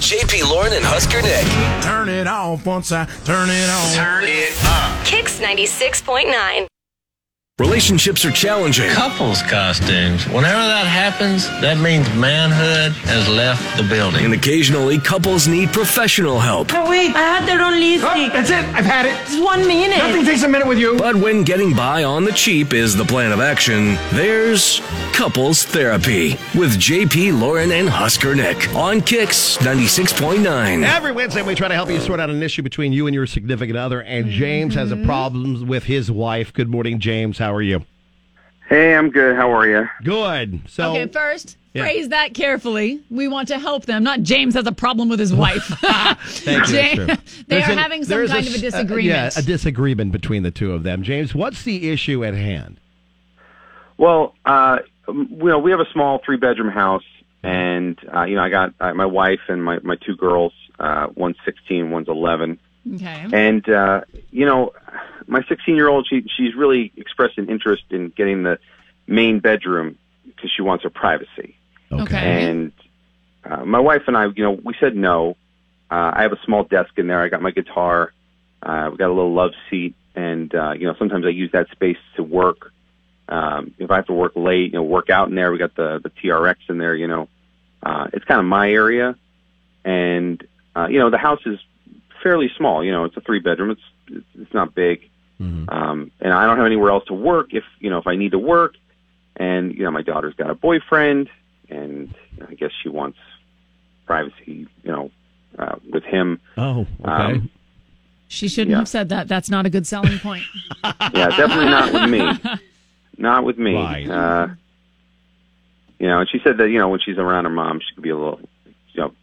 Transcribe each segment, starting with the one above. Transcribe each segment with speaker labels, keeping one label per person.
Speaker 1: JP Lauren and Husker Nick.
Speaker 2: Turn it off once I turn it on.
Speaker 1: Turn it up.
Speaker 3: Kicks 96.9.
Speaker 1: Relationships are challenging.
Speaker 4: couples costumes. Whenever that happens, that means manhood has left the building.
Speaker 1: And occasionally, couples need professional help.
Speaker 5: Oh, wait, I had that on lipstick.
Speaker 6: That's it. I've had it.
Speaker 5: It's one minute.
Speaker 6: Nothing takes a minute with you.
Speaker 1: But when getting by on the cheap is the plan of action, there's couples therapy with JP Lauren and Husker Nick on Kicks 96.9.
Speaker 7: Every Wednesday, we try to help you sort out an issue between you and your significant other. And James has a
Speaker 8: Mm-hmm.
Speaker 7: problem with his wife. Good morning, James. How are you?
Speaker 9: Hey, I'm good. How are you?
Speaker 7: Good. So,
Speaker 8: Okay, first,
Speaker 7: Yeah.
Speaker 8: phrase that carefully. We want to help them. Not James has a problem with his wife.
Speaker 7: Thank
Speaker 8: James-
Speaker 7: you. That's true.
Speaker 8: they
Speaker 7: There's
Speaker 8: are
Speaker 7: an-
Speaker 8: having some
Speaker 7: there's
Speaker 8: kind of a
Speaker 7: s- uh,
Speaker 8: disagreement.
Speaker 7: yeah, a disagreement between the two of them. James, what's the issue at hand?
Speaker 9: Well, uh, m- you know, we have a small three bedroom house, and uh, you know, I got uh, my wife and my my two girls. Uh, one's sixteen, one's eleven,
Speaker 8: okay.
Speaker 9: and uh, you know, my sixteen year old she she's really expressed an interest in getting the main bedroom because she wants her privacy.
Speaker 8: Okay.
Speaker 9: And uh, my wife and I, you know, we said no. Uh, I have a small desk in there. I got my guitar. Uh, we got a little love seat, and uh, you know, sometimes I use that space to work. Um, if I have to work late, you know, work out in there. We got the the TRX in there. You know, uh, it's kind of my area, and uh, you know, the house is fairly small. You know, it's a three bedroom. It's it's not big, um, and I don't have anywhere else to work. If you know, if I need to work, and you know, my daughter's got a boyfriend, and you know, I guess she wants privacy. You know, uh, with him.
Speaker 7: Oh, okay.
Speaker 9: Um,
Speaker 8: She shouldn't
Speaker 9: yeah.
Speaker 8: have said that. That's not a good selling point.
Speaker 9: yeah, definitely not with me. Not with me.
Speaker 7: Right.
Speaker 9: Uh, you know, and she said that you know when she's around her mom, she could be a little, you know,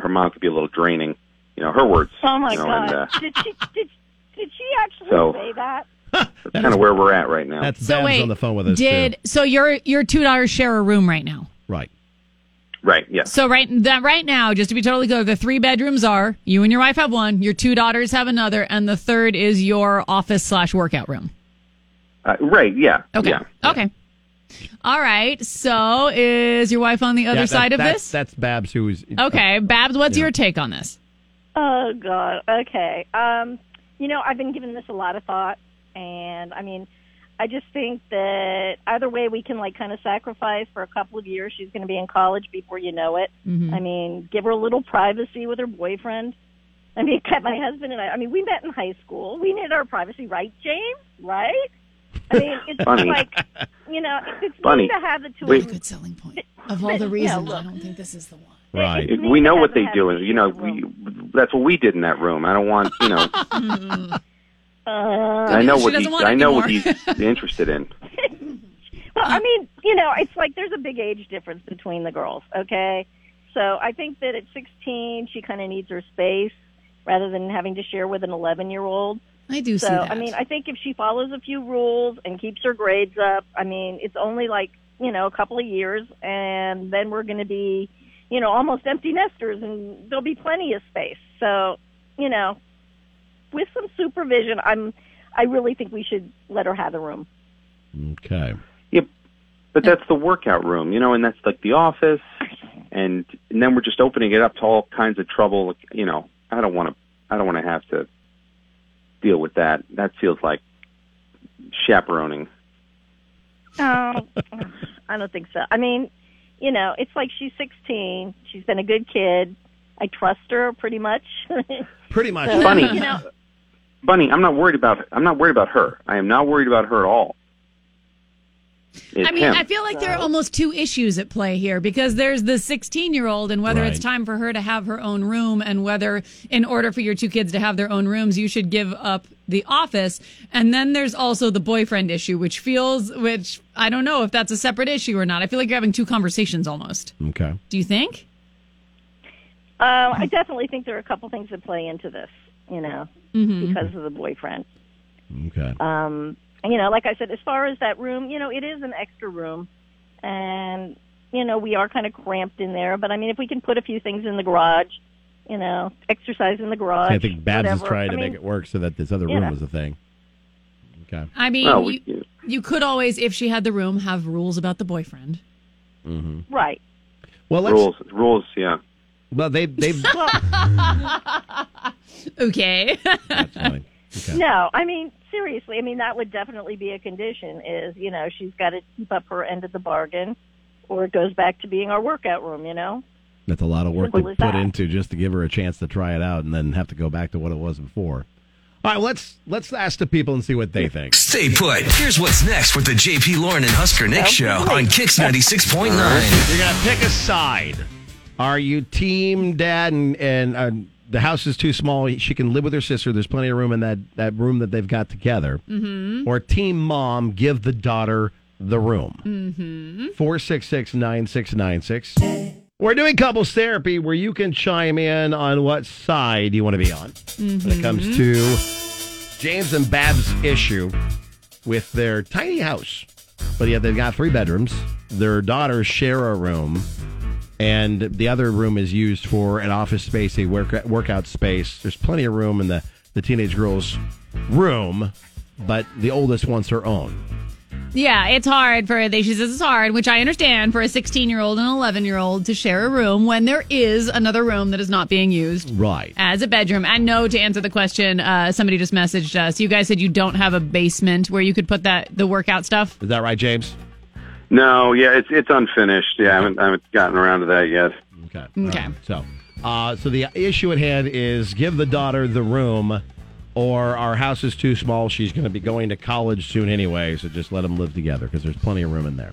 Speaker 9: her mom could be a little draining. You know, her words.
Speaker 10: Oh my
Speaker 9: you know,
Speaker 10: god!
Speaker 9: And, uh,
Speaker 10: did she did, did she actually
Speaker 9: So-
Speaker 10: say that?
Speaker 9: that's kind of where we're at right now.
Speaker 7: That's
Speaker 8: so
Speaker 7: Babs
Speaker 8: wait,
Speaker 7: on the phone with us.
Speaker 8: did
Speaker 7: too.
Speaker 8: so your your two dollars share a room right now.
Speaker 7: right?
Speaker 9: right. Yeah.
Speaker 8: So right that right now, just to be totally clear, the three bedrooms are you and your wife have one, your two daughters have another, and the third is your office slash workout room.
Speaker 9: Uh, right. Yeah.
Speaker 8: Okay.
Speaker 9: Yeah.
Speaker 8: Okay. All right. So is your wife on the other
Speaker 7: Yeah, that-
Speaker 8: side of
Speaker 7: that's-
Speaker 8: this?
Speaker 7: That's Babs who's
Speaker 8: okay. Babs, what's your take on this?
Speaker 10: Oh god. Okay. Um, you know, I've been giving this a lot of thought, and I mean, I just think that either way, we can like kind of sacrifice for a couple of years. She's going to be in college before you know it. I mean, give her a little privacy with her boyfriend. I mean, kept my husband and I. I mean, we met in high school. We needed our privacy, right, James? Right? I mean, it's
Speaker 9: Funny.
Speaker 10: like you know, it's
Speaker 9: Funny.
Speaker 10: mean to have the two. of
Speaker 9: Wait.
Speaker 10: them-
Speaker 8: Good selling point. Of all the reasons, I don't think this is the one.
Speaker 7: Right.
Speaker 10: It-
Speaker 9: We know what they
Speaker 10: doesn't
Speaker 9: do,
Speaker 10: have
Speaker 9: and you know,
Speaker 10: to be
Speaker 9: we, that's what we did in that room. I don't want, you know,
Speaker 10: Uh,
Speaker 9: I know
Speaker 8: She
Speaker 9: what
Speaker 8: doesn't
Speaker 9: he's,
Speaker 8: want it
Speaker 9: I know what
Speaker 8: anymore.
Speaker 9: he's interested in.
Speaker 10: well, I mean, you know, it's like there's a big age difference between the girls, okay? So I think that at 16, she kind of needs her space rather than having to share with an 11 year old.
Speaker 8: I do
Speaker 10: So,
Speaker 8: see that.
Speaker 10: I mean, I think if she follows a few rules and keeps her grades up, I mean, it's only like, you know, a couple of years, and then we're going to be, you know, almost empty nesters, and there'll be plenty of space. So, you know, with some supervision, I'm, I really think we should let her have the room.
Speaker 7: Okay.
Speaker 9: Yeah, but that's the workout room, you know, and that's like the office, and and then we're just opening it up to all kinds of trouble. Like, you know, I don't want to, I don't want to have to deal with that. That feels like chaperoning.
Speaker 10: Oh, I don't think so. I mean, you know, it's like she's 16. She's been a good kid. I trust her pretty much.
Speaker 7: Pretty much.
Speaker 9: Funny,
Speaker 10: you know,
Speaker 9: Bunny, I'm not worried about, I'm not worried about her. I am not worried about her at all. It's
Speaker 8: I mean,
Speaker 9: him.
Speaker 8: I feel like there are almost two issues at play here because there's the 16 year old and whether it's
Speaker 7: Right.
Speaker 8: time for her to have her own room and whether, in order for your two kids to have their own rooms, you should give up the office. And then there's also the boyfriend issue, which feels, which I don't know if that's a separate issue or not. I feel like you're having two conversations almost.
Speaker 7: Okay.
Speaker 8: Do you think?
Speaker 10: um, I definitely think there are a couple things that play into this, you know,
Speaker 8: Mm-hmm.
Speaker 10: because of the boyfriend.
Speaker 7: Okay.
Speaker 10: Um, you know, like I said, as far as that room, you know, it is an extra room. And, you know, we are kind of cramped in there. But, I mean, if we can put a few things in the garage, you know, exercise in the garage.
Speaker 7: I think Babs is
Speaker 10: whatever.
Speaker 7: trying
Speaker 10: I
Speaker 7: to
Speaker 10: mean,
Speaker 7: make it work so that this other
Speaker 10: yeah.
Speaker 7: room was a thing. Okay.
Speaker 8: I mean,
Speaker 9: Well, Oh, we-
Speaker 8: you, you could always, if she had the room, have rules about the boyfriend.
Speaker 10: Right.
Speaker 7: Well, let's
Speaker 9: rules, rules, yeah.
Speaker 7: Well, they they.
Speaker 8: Okay.
Speaker 7: that's fine. Okay.
Speaker 10: No, I mean seriously. I mean that would definitely be a condition. Is you know she's got to keep up her end of the bargain, or it goes back to being our workout room. You know.
Speaker 7: That's a lot of work to
Speaker 10: Simple
Speaker 7: put
Speaker 10: as that.
Speaker 7: into just to give her a chance to try it out, and then have to go back to what it was before. All right, let's let's ask the people and see what they think.
Speaker 1: Stay put. Here's what's next with the JP Lauren and Husker Nick show on Kix 96.9.
Speaker 7: You're gonna pick a side. Are you team dad and and uh, the house is too small? She can live with her sister. There's plenty of room in that that room that they've got together. Mm-hmm. Or team mom, give the daughter the room. Four six six nine six nine six. We're doing couples therapy where you can chime in on what side you want to be on when it comes to James and Bab's issue with their tiny house. But yeah, they've got three bedrooms. Their daughters share a room, and the other room is used for an office space, a work, workout space. There's plenty of room in the, the teenage girl's room, but the oldest wants her own.
Speaker 8: Yeah, it's hard for they. She says it's hard, which I understand for a 16 year old and 11 year old to share a room when there is another room that is not being used
Speaker 7: Right.
Speaker 8: as a bedroom. And no, to answer the question, uh, somebody just messaged us. You guys said you don't have a basement where you could put that the workout stuff.
Speaker 7: Is that right, James?
Speaker 9: No, yeah, it's it's unfinished. Yeah, I haven't, I haven't gotten around to that yet.
Speaker 7: Okay.
Speaker 8: Okay.
Speaker 7: All right. So, uh, so the issue at hand is give the daughter the room, or our house is too small. She's going to be going to college soon anyway, so just let them live together because there's plenty of room in there.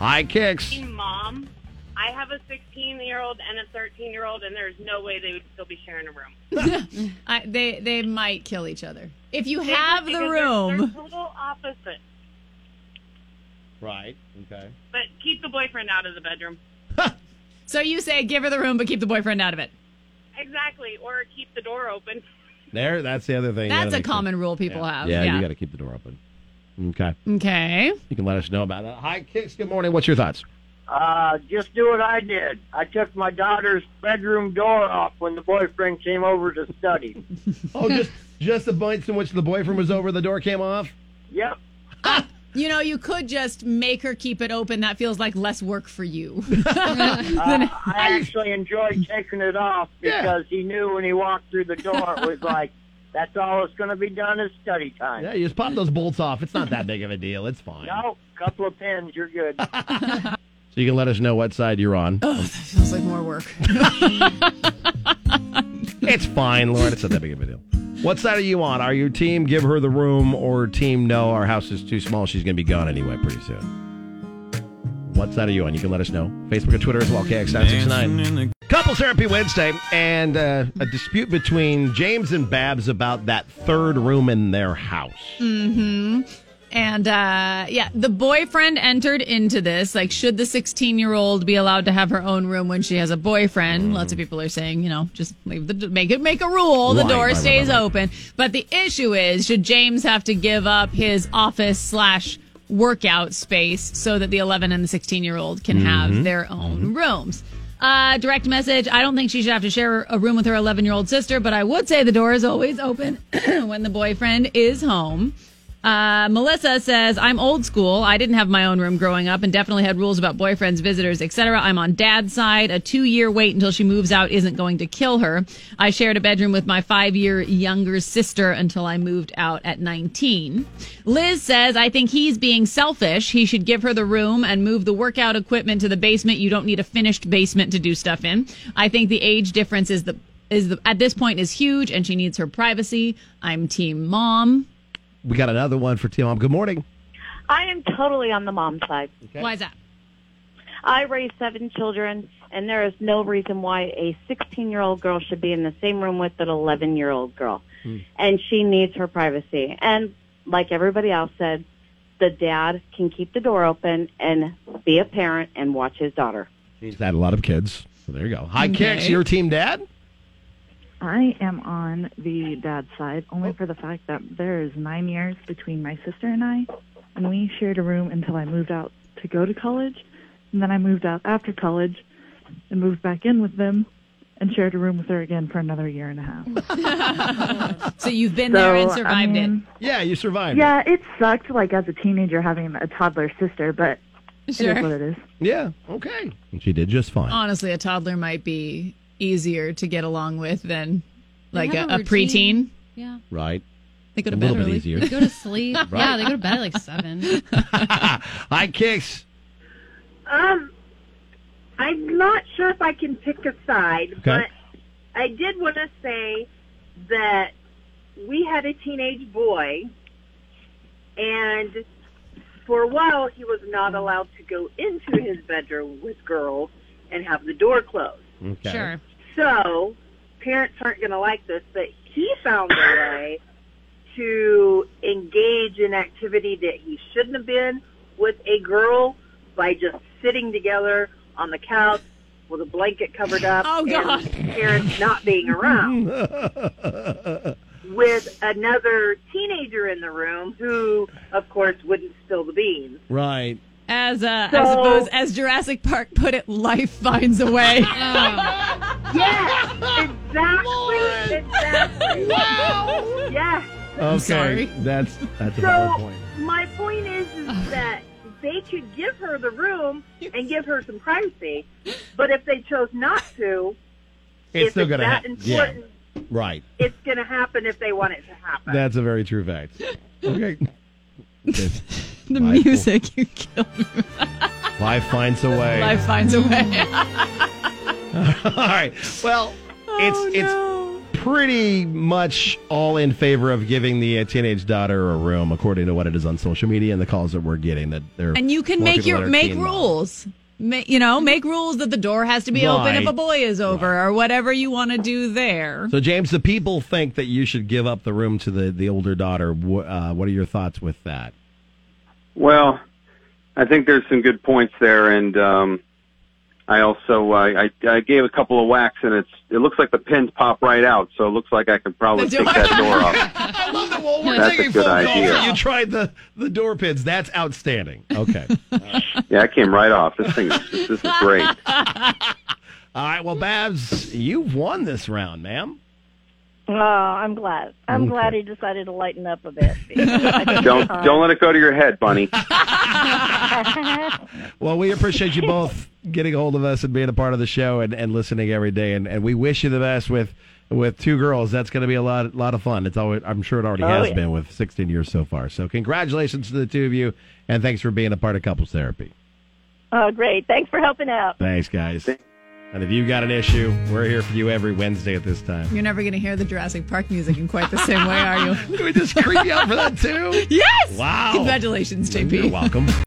Speaker 7: Hi, kicks.
Speaker 11: mom. I have a 16 year old and a 13 year old, and there's no way they would still be sharing a room.
Speaker 8: I, they they might kill each other if you
Speaker 11: They-
Speaker 8: have the
Speaker 11: because They're,
Speaker 8: room.
Speaker 11: they're total opposites,
Speaker 7: Right. Okay.
Speaker 11: but keep the boyfriend out of the bedroom.
Speaker 8: So you say give her the room, but keep the boyfriend out of it.
Speaker 11: Exactly, or keep the door open.
Speaker 7: There. That's the other thing. you
Speaker 8: That's
Speaker 7: gotta
Speaker 8: a
Speaker 7: make
Speaker 8: common
Speaker 7: sure-
Speaker 8: rule people
Speaker 7: yeah.
Speaker 8: have.
Speaker 7: Yeah,
Speaker 8: Yeah.
Speaker 7: You got to keep the door open. Okay.
Speaker 8: okay.
Speaker 7: You can let us know about it. Hi, kicks. Good morning. What's your thoughts?
Speaker 12: Uh, just do what I did. I took my daughter's bedroom door off when the boyfriend came over to study.
Speaker 7: Oh, just just the points in which the boyfriend was over, the door came off.
Speaker 12: yep.
Speaker 8: You know, you could just make her keep it open. That feels like less work for you. Then-
Speaker 12: I actually enjoyed taking it off
Speaker 7: Yeah.
Speaker 12: because he knew when he walked through the door, it was like, that's all that's going to be done is study time.
Speaker 7: Yeah, you just pop those bolts off. It's not that big of a deal. It's fine.
Speaker 12: No, couple of pins, you're good.
Speaker 7: So you can let us know what side you're on.
Speaker 8: feels like more work.
Speaker 7: It's fine, Lauren. It's not that big of a deal. What side are you on? Are you team give her the room or team no, our house is too small. She's going to be gone anyway pretty soon. What side are you on? You can let us know. Facebook and Twitter as well, KX969. Couple Therapy Wednesday and uh, a dispute between James and Babs about that third room in their house.
Speaker 8: And uh, yeah, the boyfriend entered into this. Like, should the 16 year old be allowed to have her own room when she has a
Speaker 7: Mm-hmm.
Speaker 8: boyfriend? Lots of people are saying, you know, just leave the make it make a rule. The
Speaker 7: Right,
Speaker 8: door
Speaker 7: right, right,
Speaker 8: stays
Speaker 7: right, right.
Speaker 8: open. But the issue is, should James have to give up his office slash workout space so that the 11 and the 16 year old can
Speaker 7: Mm-hmm.
Speaker 8: have their own rooms? Uh, direct message. I don't think she should have to share a room with her 11 year old sister, but I would say the door is always open when the boyfriend is home. Uh, Melissa says, I'm old school. I didn't have my own room growing up and definitely had rules about boyfriends, visitors, etc. I'm on dad's side. A two year wait until she moves out isn't going to kill her. I shared a bedroom with my five year younger sister until I moved out at 19. Liz says, I think he's being selfish. He should give her the room and move the workout equipment to the basement. You don't need a finished basement to do stuff in. I think the age difference is the is the, at this point is huge and she needs her privacy. I'm team mom.
Speaker 7: We got another one for Team Mom. Good morning.
Speaker 11: I am totally on the mom side.
Speaker 8: Why is that?
Speaker 11: I raised seven children, and there is no reason why a 16 year old girl should be in the same room with an 11 year old girl. And she needs her privacy. And like everybody else said, the dad can keep the door open and be a parent and watch his daughter.
Speaker 7: He's had a lot of kids. So there you go. Hi, Kicks.
Speaker 8: Okay.
Speaker 7: Your team dad?
Speaker 11: I am on the dad side only for the fact that there is nine years between my sister and I, and we shared a room until I moved out to go to college, and then I moved out after college and moved back in with them and shared a room with her again for another year and a half.
Speaker 8: So you've been
Speaker 11: So,
Speaker 8: there and
Speaker 11: I
Speaker 8: survived
Speaker 11: mean,
Speaker 7: Yeah, you survived.
Speaker 11: Yeah, Uh, it sucked like as a teenager having a toddler sister, but
Speaker 8: it.
Speaker 11: it is
Speaker 8: Sure.
Speaker 11: what it is.
Speaker 7: Yeah. Okay. She did just fine.
Speaker 8: Uh, Honestly, a toddler might be easier to get along with than like a,
Speaker 13: have
Speaker 8: a preteen.
Speaker 13: routine. Yeah.
Speaker 7: Right.
Speaker 8: They go to
Speaker 7: a
Speaker 8: bed
Speaker 7: little
Speaker 8: early.
Speaker 7: bit easier.
Speaker 13: They go to sleep.
Speaker 7: Right.
Speaker 13: Yeah, they go to bed at like seven.
Speaker 7: Hi, Kicks.
Speaker 9: Um, I'm not sure if I can pick a side,
Speaker 7: Okay.
Speaker 9: but I did want to say that we had a teenage boy, and for a while he was not allowed to go into his bedroom with girls and have the door closed.
Speaker 7: Okay.
Speaker 9: Sure. So parents aren't going to like this, but he found a way to engage in activity that he shouldn't have been with a girl by just sitting together on the couch with a blanket covered up
Speaker 8: Oh, God.
Speaker 9: and parents not being around with another teenager in the room who, of course, wouldn't spill the beans.
Speaker 7: Right.
Speaker 8: As uh, I
Speaker 9: So-
Speaker 8: suppose, as Jurassic Park put it, life finds a way. Oh.
Speaker 9: Yes, exactly, exactly. Wow. Yes.
Speaker 7: Okay.
Speaker 9: sorry.
Speaker 7: That's that's a valid
Speaker 9: So
Speaker 7: point.
Speaker 9: my point is, is that they could give her the room and give her some privacy, but if they chose not to,
Speaker 7: It's
Speaker 9: if
Speaker 7: still
Speaker 9: it's
Speaker 7: gonna
Speaker 9: that
Speaker 7: happen. Yeah.
Speaker 9: important,
Speaker 7: Right.
Speaker 9: it's going to happen if they want it to happen.
Speaker 7: That's a very true fact. Okay. the
Speaker 8: The music you killed.
Speaker 7: Life finds a way.
Speaker 8: Life finds a way.
Speaker 7: All right. Well, it's it's pretty much all in favor of giving the uh, teenage daughter a room, according to what it is on social media and the calls that we're getting. That they're
Speaker 8: and you can
Speaker 7: more
Speaker 8: make
Speaker 7: people
Speaker 8: your
Speaker 7: that are
Speaker 8: make
Speaker 7: teen moms.
Speaker 8: rules. Ma- you know, make rules that the door has to be open if
Speaker 7: Right.
Speaker 8: a boy is over or whatever you want to do there.
Speaker 7: So, James, the people think that you should give up the room to the the older daughter. Wh- Uh, what are your thoughts with that?
Speaker 14: Well, I think there's some good points there, and um, I also uh, I, I gave a couple of whacks, and it's it looks like the pins pop right out, so it looks like I can probably take that door off.
Speaker 7: I love that. Well, we're
Speaker 14: That's a
Speaker 7: taking
Speaker 14: good
Speaker 7: phone
Speaker 14: idea.
Speaker 7: calls. and You tried the the door pins. That's outstanding. Okay.
Speaker 14: Yeah, it came right off. This thing, is- this is great.
Speaker 7: All right. Well, Babs, you've won this round, ma'am.
Speaker 15: Oh, I'm glad.
Speaker 7: I'm Okay. glad
Speaker 15: he decided to lighten up a bit.
Speaker 14: Don't don't let it go to your head, Bunny.
Speaker 7: Well, we appreciate you both getting a hold of us and being a part of the show and, and listening every day. And, and we wish you the best with with two girls. That's going to be a lot lot of fun. It's always, I'm sure it already
Speaker 16: Oh,
Speaker 7: has
Speaker 16: yeah.
Speaker 7: been with 16 years so far. So congratulations to the two of you, and thanks for being a part of couples therapy.
Speaker 15: oh, great. Thanks for helping out.
Speaker 7: Thanks, guys. And if you got an issue, we're here for you every Wednesday at this time.
Speaker 8: You're never going to hear the Jurassic Park music in quite the same way, are you?
Speaker 7: Did we just creep you out for that too?
Speaker 8: Yes.
Speaker 7: Wow.
Speaker 8: Congratulations, JP.
Speaker 7: You're welcome.